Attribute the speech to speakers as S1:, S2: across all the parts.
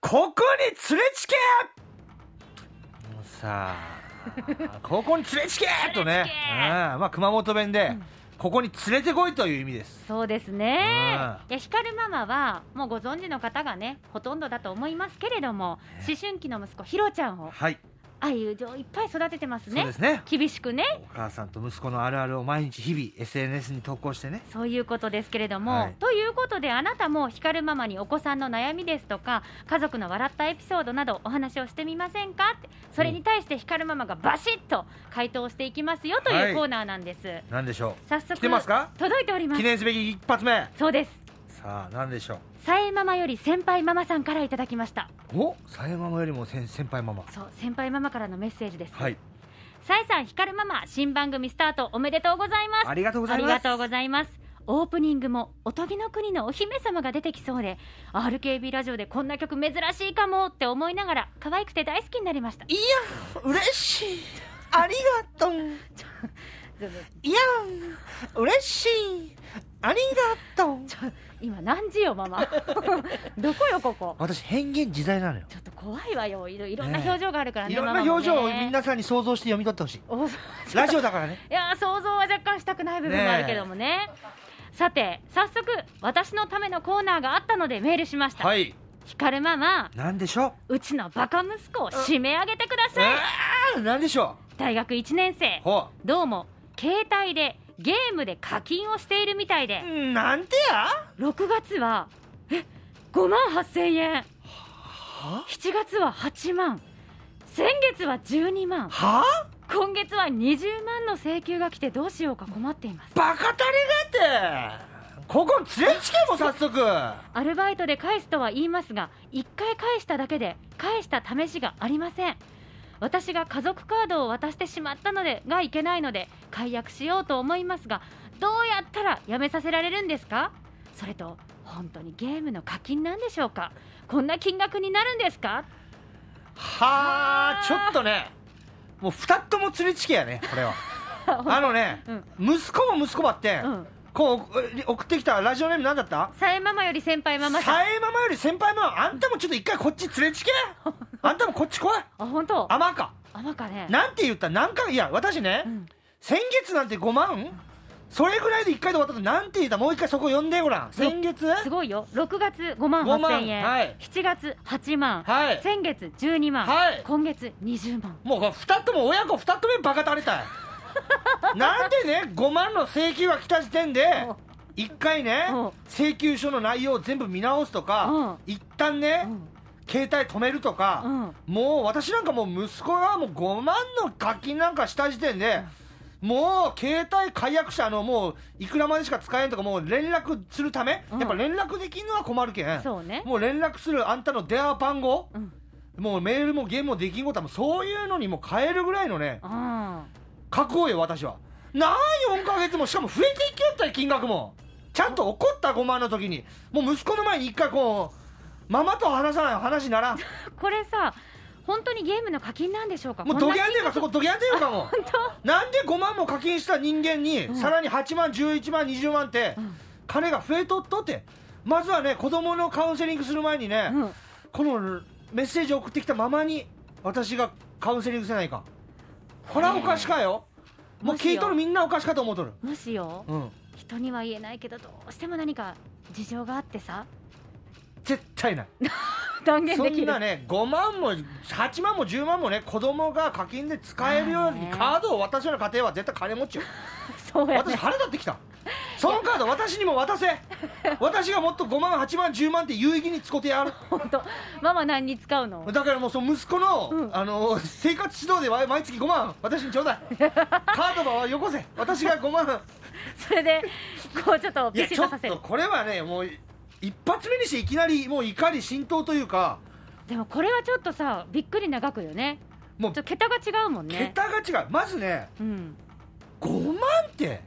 S1: ここに連れちけもうさあここに連れちけとね
S2: 連れちけ
S1: うんまあ、熊本弁で、
S2: うん
S1: ここに連れてこいという意味です
S2: そうですね。いや、光ママは、もうご存知の方がね、ほとんどだと思いますけれども、
S1: ね
S2: 思春期の息子、ひろちゃんを
S1: はい
S2: 愛、友情いっぱい育ててます
S1: そう
S2: ね
S1: で。すね
S2: 厳しくね。
S1: お母さんと息子のあるあるを毎日日々 SNS に投稿してね
S2: そういうことですけれども、
S1: はい
S2: ということであなたも光ママにお子さんの悩みですとか家族の笑ったエピソードなどお話をしてみませんかってそれに対して光ママがバシッと回答していきますよと
S1: はいいう
S2: コーナーなんです、
S1: 何でしょ
S2: 早
S1: う
S2: 速
S1: 来てますか
S2: 届いておりま
S1: 記
S2: す
S1: 念すべき一発目
S2: そうです
S1: さあ何でしょ
S2: さえママより先輩ママさんからいただきました
S1: うおさえママよりも先先輩ママ
S2: そう先輩ママからのメッセージです
S1: はい
S2: さえさん光ママ新番組スタートおめでとうございます
S1: ありがとうござ
S2: あ
S1: い
S2: り
S1: ま
S2: が
S1: す
S2: とうございます。オープニングもおとぎの国のお姫様が出てきそうで RKB ラジオでこんな曲珍しいかもって思いながら可愛くて大好きになりました
S1: いや嬉しいありがとういや嬉しいありがとう
S2: 今何時よマ マどこよここ
S1: 私変幻自在なのよ
S2: ちょっと怖いわよいろいろんな
S1: ねえ
S2: 表情があるからね
S1: いろんな
S2: ママも
S1: 表
S2: ね
S1: 情を皆さんに想像して読み取ってほしい
S2: おそ
S1: ラジオだからね
S2: いやー想像は若干したくない部分もあるけどもねさて早速私のためのコーナーがあったのでメールしました、
S1: い
S2: ひかるママ
S1: なんでしょ
S2: うちのバカ息子を締め上げてくだ
S1: う
S2: さい
S1: あーなんでしょ
S2: 大学1年生
S1: うほ
S2: どうも携帯でゲームで課金をしているみたいで
S1: うなんてや
S2: 6月はえ5万8000円
S1: は
S2: 7月は8万先月は12万
S1: は
S2: 今月は20万の請求が来てどうしようか困っています
S1: バカたれがってここ連れちけも早速
S2: アルバイトで返すとは言いますが1回返しただけで返した試しがありません私が家族カードを渡してしまったのでがいけないので解約しようと思いますがどうやったらやめさせられるんですかそれと本当にゲームの課金なんでしょうかこんな金額になるんですか
S1: はあちょっとねもう二つとも連れちけやねこれはあのね、息子も息子ばって、
S2: うん
S1: こう送ってきたラジオネームなんだった
S2: さえママより先輩ママさ
S1: さ
S2: ん
S1: えママより先輩ママあんたもちょっと一回こっち連れ ちけあんたもこっち来い
S2: あ本当
S1: あまか
S2: 甘かね
S1: なんて言った何回いや私ね、
S2: うん
S1: 先月なんて5万それぐらいで1回で終わったとなんて言ったもう一回そこ呼んでごらん先月
S2: すごいよ6月5万
S1: 5万
S2: 8000円、
S1: はい
S2: 7月8万、
S1: はい
S2: 先月12万、
S1: はい
S2: 今月20万
S1: もう2とも親子2と目バカたれ たいなんでね5万の請求が来た時点で
S2: お
S1: 1回ね
S2: お
S1: 請求書の内容を全部見直すとか一旦ね
S2: うん
S1: 携帯止めるとか、もう私なんかもう息子がもう5万の課金なんかした時点で、もう携帯解約者のもういくらまでしか使えんとかもう連絡するため、
S2: うん
S1: やっぱ連絡できんのは困るけん
S2: そうね
S1: もう連絡するあんたの電話番号、
S2: うん、うん、
S1: もうメールもゲームもできんことはもうそういうのにもう変えるぐらいのね
S2: あ
S1: 覚悟よ私はなあ4ヶ月もしかも増えていきよったよ金額もちゃんと怒った5万の時にもう息子の前に一回こうママと話さない話ならん
S2: これさ本当にゲームの課金なんでしょうか
S1: もう
S2: こん
S1: ド
S2: な
S1: ギャンというかそこドギャンというかもうなんで5万も課金した人間に、
S2: ん
S1: さらに8万11万20万って、
S2: ん
S1: 金が増えとっとってまずはね子供のカウンセリングする前にね、
S2: うん
S1: このメッセージを送ってきたままに私がカウンセリングせないかこれはおかしかよ、もう
S2: もしよ
S1: 聞いとるみんなおかしかと思うとる
S2: もしよ、
S1: うん
S2: 人には言えないけどどうしても何か事情があってさ
S1: 絶対ない
S2: 断言
S1: そ
S2: でき
S1: ん
S2: る
S1: なね5万も8万も10万もね子供が課金で使えるように
S2: まあね
S1: カードを渡すような家庭は絶対金持ちよ
S2: そうや
S1: 私
S2: ね
S1: 腹立ってきたそのカード私にも渡せ私がもっと5万8万10万って有意義に使ってやる
S2: 本当ママ何に使うの
S1: だからもうその息子の,、
S2: うん
S1: あの生活指導でわ毎月5万私にちょうだいカードはよこせ私が5万
S2: それでこうちょっと
S1: い
S2: ビ
S1: や
S2: シ
S1: ち
S2: ッ
S1: ょ
S2: と
S1: っ
S2: させ
S1: と
S2: る
S1: これはねもう一発目にしていきなりもう怒り浸透というか
S2: でもこれはちょっとさびっくりな額よね
S1: もう
S2: ちょっと桁が違うもんね
S1: 桁が違うまずね
S2: うん
S1: 5万って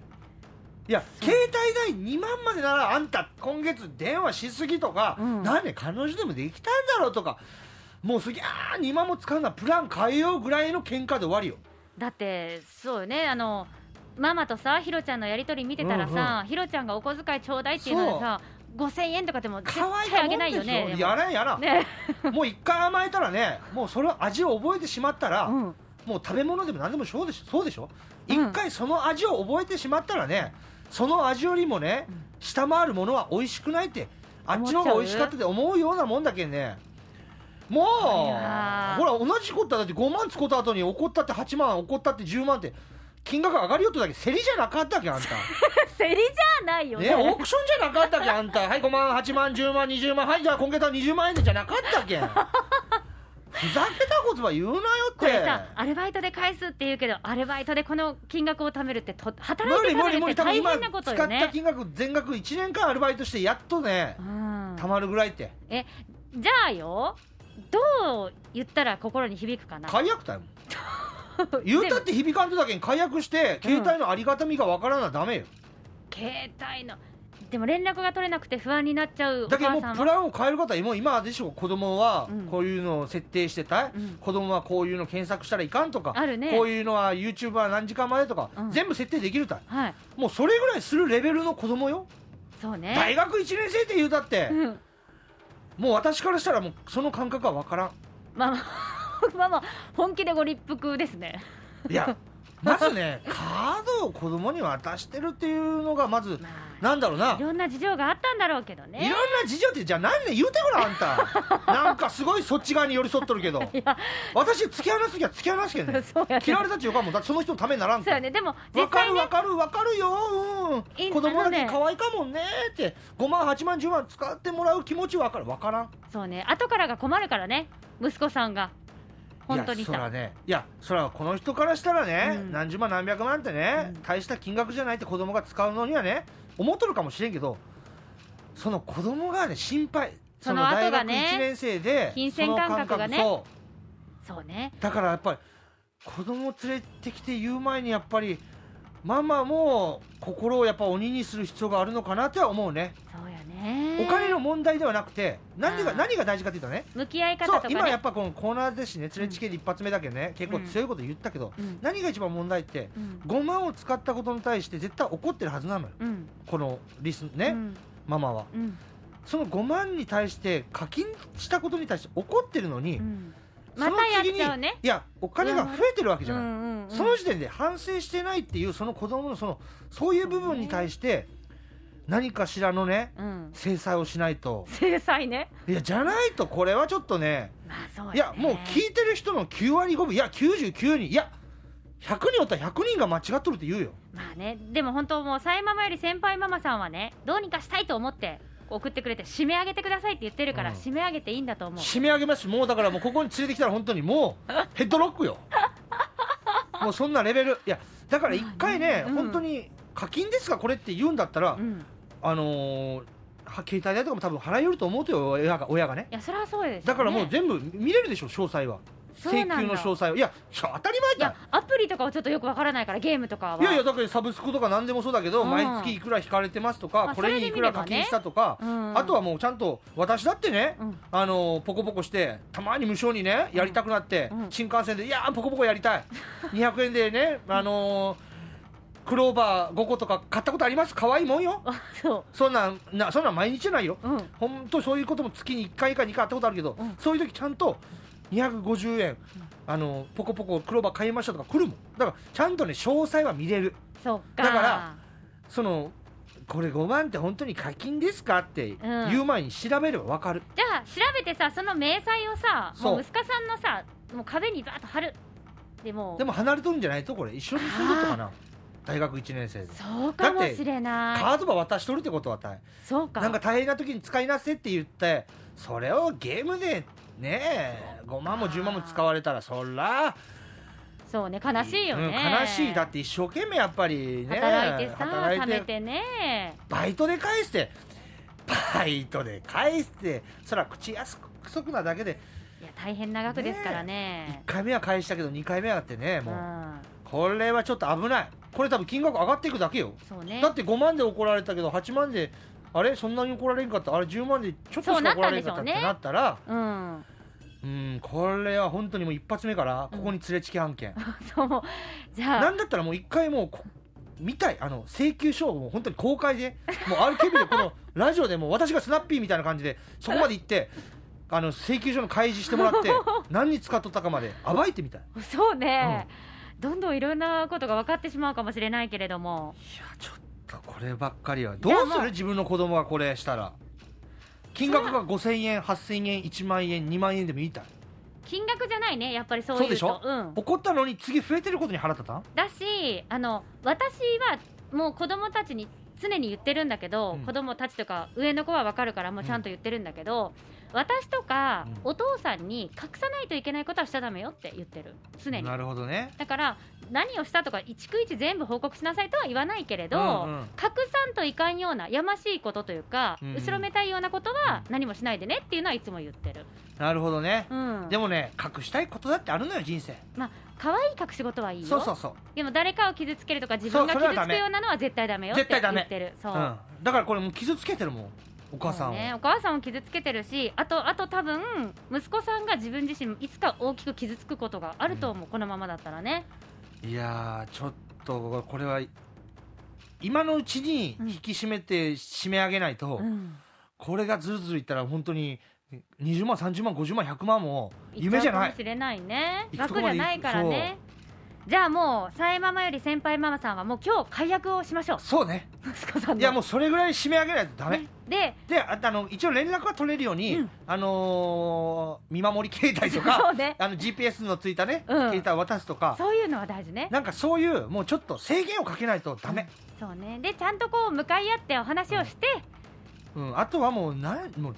S1: いや携帯代2万までならあんた今月電話しすぎとか、
S2: うん
S1: なんで彼女でもできたんだろうとかもうすぎゃー2万も使うならプラン変えようぐらいの喧嘩で終わりよ
S2: だってそうよねあのママとさひろちゃんのやり取り見てたらさ、ひろちゃんがお小遣いちょうだいっていうのでさ5000円とかでも絶
S1: 可愛い
S2: 対あげないよねでも
S1: やらんやらん、
S2: ね、
S1: もう一回甘えたらねもうその味を覚えてしまったら、
S2: うん、
S1: もう食べ物でも何でもそうでしょそうでしょ一、
S2: うん
S1: 回その味を覚えてしまったらねその味よりもね、
S2: うん
S1: 下回るものは美味しくないってあっちの方が美味しかったって思うようなもんだけんねもうほ
S2: いやー
S1: ら同じことだだって5万使った後に怒ったって8万怒ったって10万って金額上がりよっただけ競りじゃなかったっけあんた
S2: セリじゃないよね
S1: ね、オークションじゃなかったっけあんたはい5万8万10万20万はいじゃあ今月は20万円でじゃなかった っけふざけたことは言うなよって
S2: これさアルバイトで返すって言うけどアルバイトでこの金額を貯めるってと働
S1: 無
S2: い
S1: 理
S2: てか
S1: 無
S2: ら
S1: 理無
S2: っ
S1: 理
S2: て
S1: 多分
S2: 大
S1: 今
S2: 変なこ
S1: 使
S2: とよ
S1: った
S2: ね、
S1: 金額全額1年間アルバイトしてやっとね
S2: うん
S1: たまるぐらいって
S2: えじゃあよどう言ったら心に響くかな
S1: 解約 だよ言うたって響かんとだけに解約して携帯のありがたみがわからなダメよ
S2: 携帯のでも連絡が取れなくて不安になっちゃうお
S1: だけども
S2: 母
S1: う
S2: さん
S1: プ
S2: は
S1: ランを変える方はもう今でしょ子供は
S2: うん
S1: こういうのを設定してたい、
S2: うん
S1: 子供はこういうの検索したらいかんとか
S2: あるね
S1: こういうのは YouTube は何時間までとか、
S2: うん
S1: 全部設定できるたい
S2: はい
S1: もうそれぐらいするレベルの子供よ
S2: そうね
S1: 大学1年生って言うたって、
S2: うん
S1: もう私からしたらもうその感覚は分からん
S2: まあまあ まあまあ本気でご立腹ですね
S1: いやまずねカードを子供に渡してるっていうのがまず
S2: まあ
S1: なんだろうない
S2: ろんな事情があったんだろうけど
S1: いろん
S2: ね
S1: な事情ってじゃあ何で言うてごらんあん たなんかすごいそっち側に寄り添っとるけど私突き放す時は突き放すけどね
S2: そうやね
S1: 嫌われたっていうかもうだってその人のためにならん
S2: そうやねでも
S1: わ
S2: 実
S1: か
S2: 際
S1: る
S2: ね
S1: わかるわかるよ、う
S2: い
S1: ん、
S2: い
S1: 子供だ
S2: あ
S1: け
S2: のね
S1: 可愛いかもんねって5万8万10万使ってもらう気持ちわかるわからん
S2: そうね後からが困るからね息子さんが本当
S1: い
S2: に
S1: やそら
S2: さ
S1: ねいやそらこの人からしたらね、
S2: うん
S1: 何十万何百万ってね、
S2: うん
S1: 大した金額じゃないって子供が使うのにはね思っとるかもしれんけどその子供がね心配
S2: その後が
S1: 大
S2: ね
S1: 学1年生で
S2: 金銭感覚がね
S1: その感覚そ
S2: そうね
S1: うだからやっぱり子供連れてきて言う前にやっぱりママも心をやっぱ鬼にする必要があるのかなっては思うね、
S2: そうやね
S1: お金の問題ではなくて何が
S2: あー
S1: 何が大事かっていうとね
S2: 向き合い方
S1: そう
S2: とか
S1: 今やっ
S2: ね
S1: ぱこのコーナーですしね連れチケで一発目だけどね、結構強いこと言ったけど、
S2: うん
S1: 何が一番問題って
S2: うん
S1: 5万を使ったことに対して絶対怒ってるはずなのよ
S2: うん
S1: このリスね、
S2: うん
S1: ママは
S2: うん
S1: その5万に対して課金したことに対して怒ってるのに、
S2: うん
S1: そ
S2: ま
S1: の
S2: たやっ
S1: 次
S2: ち
S1: に
S2: ゃうね
S1: いやお金が増えてるわけじゃない、
S2: ん
S1: その時点で反省してないっていうその子供のそのそういう部分に対して何かしらのね
S2: うん
S1: 制裁をしないと
S2: 制裁ね
S1: いやじゃないとこれはちょっとね
S2: まあそうね
S1: いやもう聞いてる人の9割5分いや99人いや100人おったら100人が間違っとるって言うよ
S2: まあねでも本当もうサイママより先輩ママさんはねどうにかしたいと思って送ってくれて締め上げてくださいって言ってるから
S1: うん
S2: 締め上げていいんだと思う
S1: 締め上げますもうだからもうここに連れてきたら本当にも うヘッドロックよもうそんなレベルいやだから一回ね、
S2: うん
S1: 本当に課金ですかこれって言うんだったら、
S2: うんい
S1: あのーは携帯代とかも多分払いよると思うとよ親が親がね
S2: やそれはそうですよね
S1: だからもう全部見れるでしょ詳細は
S2: そう
S1: 請
S2: なんだ
S1: 求の詳細はいやいや当たり前
S2: い
S1: だ
S2: やアプリとかはちょっとよくわからないからゲームとかはい
S1: やいやだからサブスクとか何でもそうだけど、
S2: うん
S1: 毎月いくら引かれてますと
S2: ま
S1: か
S2: あ
S1: これにいくら課金したとか、
S2: うん
S1: あとはもうちゃんと私だってね、
S2: うん
S1: あのーポコポコしてたまに無償にねやりたくなって、
S2: うん
S1: 新幹線でいやーポコポコやりたい200円でねあのークローバー5個とか買ったことあります可愛いもんよ
S2: あそ
S1: そんなんなそんなん毎日じゃないよ
S2: ううん
S1: 本当そういうことも月に1回か2回あったことあるけど、
S2: うん
S1: そういう時ちゃんと250円、あのポコポコクローバー買いましたとか来るもんだからちゃんとね詳細は見れる
S2: そっか
S1: だからそのこれ5万って本当に課金ですかって
S2: うん
S1: 言う前に調べればわかる、
S2: じゃあ調べてさその明細をさ
S1: そう
S2: もう息子さんのさもう壁にバーッと貼るでも
S1: でも離れとるんじゃないとこれ一緒にするとかな大学1年生で
S2: そうかもしれない
S1: カードば渡しとるってことは大
S2: そうか
S1: なんか大変な時に使いなせって言ってそれをゲームでね5万も10万も使われたらそら
S2: そうね悲しいよね、
S1: うん悲しいだって一生懸命やっぱりね
S2: 働いてさ
S1: 働い
S2: 貯めてね
S1: バイトで返してバイトで返してそら口やすくそくなだけで
S2: いや大変な額ですからね
S1: 1回目は返したけど2回目はってね
S2: う
S1: もうんこれはちょっと危ないこれ多分金額上がっていくだけよ
S2: そうね
S1: だって5万で怒られたけど8万であれそんなに怒られんかったあれ10万でちょっと
S2: そう
S1: し
S2: な
S1: か怒
S2: った
S1: ら
S2: ん
S1: れ
S2: で
S1: ん
S2: し
S1: かっ
S2: ょう
S1: たっ
S2: ね
S1: てなったら
S2: うん
S1: うんこれは本当にもう一発目からここに連れチき案件
S2: そうじゃあ
S1: なんだったらもう一回もうこ見たいあの請求書をもう本当に公開でもう RKB でこのラジオでもう私がスナッピーみたいな感じでそこまで行ってあの請求書の開示してもらって 何に使っとったかまで暴いてみたい
S2: そうね、どんどんいろんなことが分かってしまうかもしれないけれども
S1: いやちょっとこればっかりはどう
S2: いやますあ
S1: る自分の子供がこれしたら金額が5000円8000円1万円2万円でもいいたい
S2: 金額じゃないねやっぱりそういう
S1: そうでしょ
S2: うん、
S1: 怒ったのに次増えてることに腹立たん
S2: だしあの私はもう子供たちに常に言ってるんだけど、
S1: うん
S2: 子供たちとか上の子は分かるからもうちゃんと言ってるんだけど、私とか
S1: うん
S2: お父さんに隠さないといけないことはしちゃダメよって言ってる常に
S1: なるほどね
S2: だから何をしたとか一区一全部報告しなさいとは言わないけれど、
S1: うんうん
S2: 隠さんといかんようなやましいことというか、
S1: うんうん
S2: 後ろめたいようなことは何もしないでねっていうのはいつも言ってる、
S1: なるほどね
S2: うん、
S1: で
S2: も
S1: もね隠したいことだってあるのよ人生
S2: 可愛い隠し事はいいよ
S1: そうそうそう
S2: でも誰かを傷つけるとか自分が
S1: そうそれ
S2: 傷
S1: はダ
S2: つく
S1: メ
S2: ようなのは絶対ダメよって
S1: 絶対ダメ
S2: 言ってるそう、
S1: うん、だからこれもう傷つけてるもんお母さんを、
S2: そうね、お母さんを傷つけてるしあとあと多分息子さんが自分自身いつか大きく傷つくことがあると思う、このままだったらね
S1: いやーちょっとこれは今のうちに引き締めて締め上げないと、
S2: うん
S1: これがずるずるいったら本当に20万30万50万100万も夢じゃな
S2: 行っち
S1: い
S2: うかもしれないね
S1: 行くとこ
S2: 楽
S1: ま
S2: じ
S1: で
S2: ゃないからねじゃあもうさえママより先輩ママさんはもう今日解約をしましょう
S1: そうね
S2: 息子さんの
S1: いやもうそれぐらい締め上げないとダメ、
S2: ねで
S1: でああの一応連絡は取れるように、
S2: うん
S1: あのー見守り携帯と
S2: そ
S1: か
S2: うね
S1: あの GPS のついたね、
S2: うん
S1: 携帯を渡すとか
S2: そういうのは大事ね
S1: なんかそういうもうちょっと制限をかけないとダメ、
S2: そうねでちゃんとこう向かい合ってお話をして、
S1: うん、あとはもうなんもう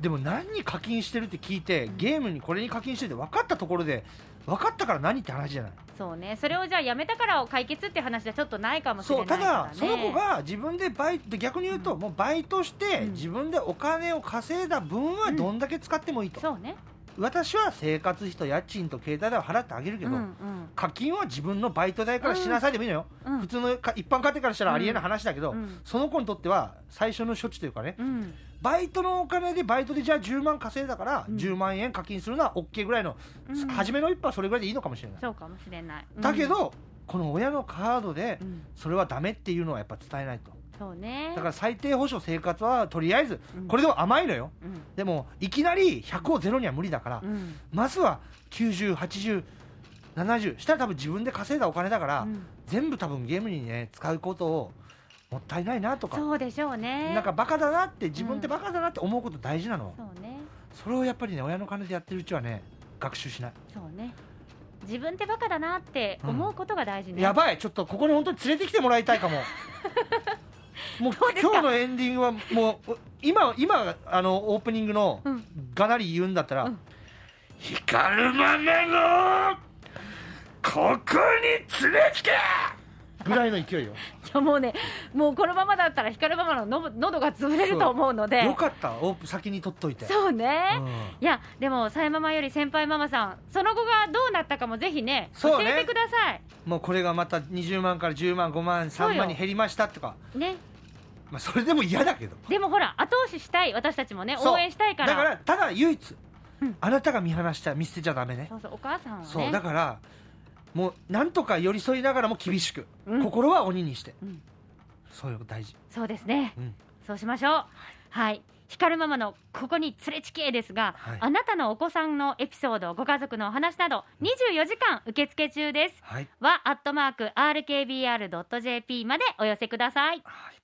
S1: でも何に課金してるって聞いてゲームにこれに課金してるって分かったところで分かったから何って話じゃない
S2: そうねそれをじゃあやめたからを解決って話じゃちょっとないかもしれ
S1: そ
S2: ないうか
S1: た
S2: ら、
S1: だ
S2: ね、
S1: その子が自分でバイト逆に言うと、もうバイトして、
S2: うん
S1: 自分でお金を稼いだ分は
S2: うん
S1: どんだけ使ってもいいと、
S2: そうね
S1: 私は生活費と家賃と携帯代を払ってあげるけ
S2: う
S1: ど、
S2: んうん
S1: 課金は自分のバイト代からしなさいでもいいのよ、
S2: うん
S1: 普通のか一般家庭からしたらありえない話だけど、
S2: うん
S1: その子にとっては最初の処置というかね、
S2: うん
S1: バイトのお金でバイトでじゃあ10万稼いだから
S2: うん
S1: 10万円課金するのは OK ぐらいの、
S2: うん
S1: 初めの一歩はそれぐらいでいいのかもしれない、
S2: そうかもしれない、うん
S1: だけ、どこの親のカードで
S2: うん
S1: それはダメっていうのはやっぱ伝えないと
S2: そうね
S1: だから最低保障生活はとりあえず
S2: うん
S1: これでも甘いのよ
S2: うん
S1: でもいきなり100をゼロには無理だから、
S2: うん
S1: まずは908070したら多分自分で稼いだお金だから、
S2: うん
S1: 全部多分ゲームにね使うことをもったいないなとか
S2: そうでしょうね
S1: なんかバカだなって自分ってバカだなって思うこと大事なの、
S2: そうね
S1: それをやっぱりね親の金でやってるうちはね学習しない、
S2: そうね自分ってバカだなって思うことが大事ね、
S1: やばいちょっとここに本当に連れてきてもらいたい かももう
S2: どうですか
S1: 今日のエンディングはもう今今あのオープニングの
S2: うん
S1: がなり言うんだったら
S2: うん
S1: 「光るまねのここに連れてきて!」ぐらいの勢いよ
S2: いやもうねもうこのままだったら光るママののぼ喉が潰れると思うので
S1: よかったオープン先に取っといて
S2: そうね、
S1: うん
S2: いやでもさえママより先輩ママさんその後がどうなったかもぜひね
S1: そうね
S2: 教えてください
S1: もうこれがまた20万から10万5万3
S2: そう
S1: 万
S2: よ
S1: に減りましたとか
S2: ね
S1: まあ、それでも嫌だけど
S2: でもほら後押ししたい私たちもね
S1: そう
S2: 応援したいから
S1: だからただ唯一、
S2: うん
S1: あなたが見放した見捨てちゃダメね
S2: そうそうお母さんはね
S1: そうだからもうなんとか寄り添いながらも厳しく、
S2: うん
S1: 心は鬼にして
S2: うん
S1: そういうこと大事、
S2: そうですね
S1: うん、
S2: そうしましょうはい光るママのここに連れちきえですが、
S1: はい
S2: あなたのお子さんのエピソードご家族のお話など24時間受付中です
S1: はい、
S2: はアットマーク RKBR.jp までお寄せください
S1: はい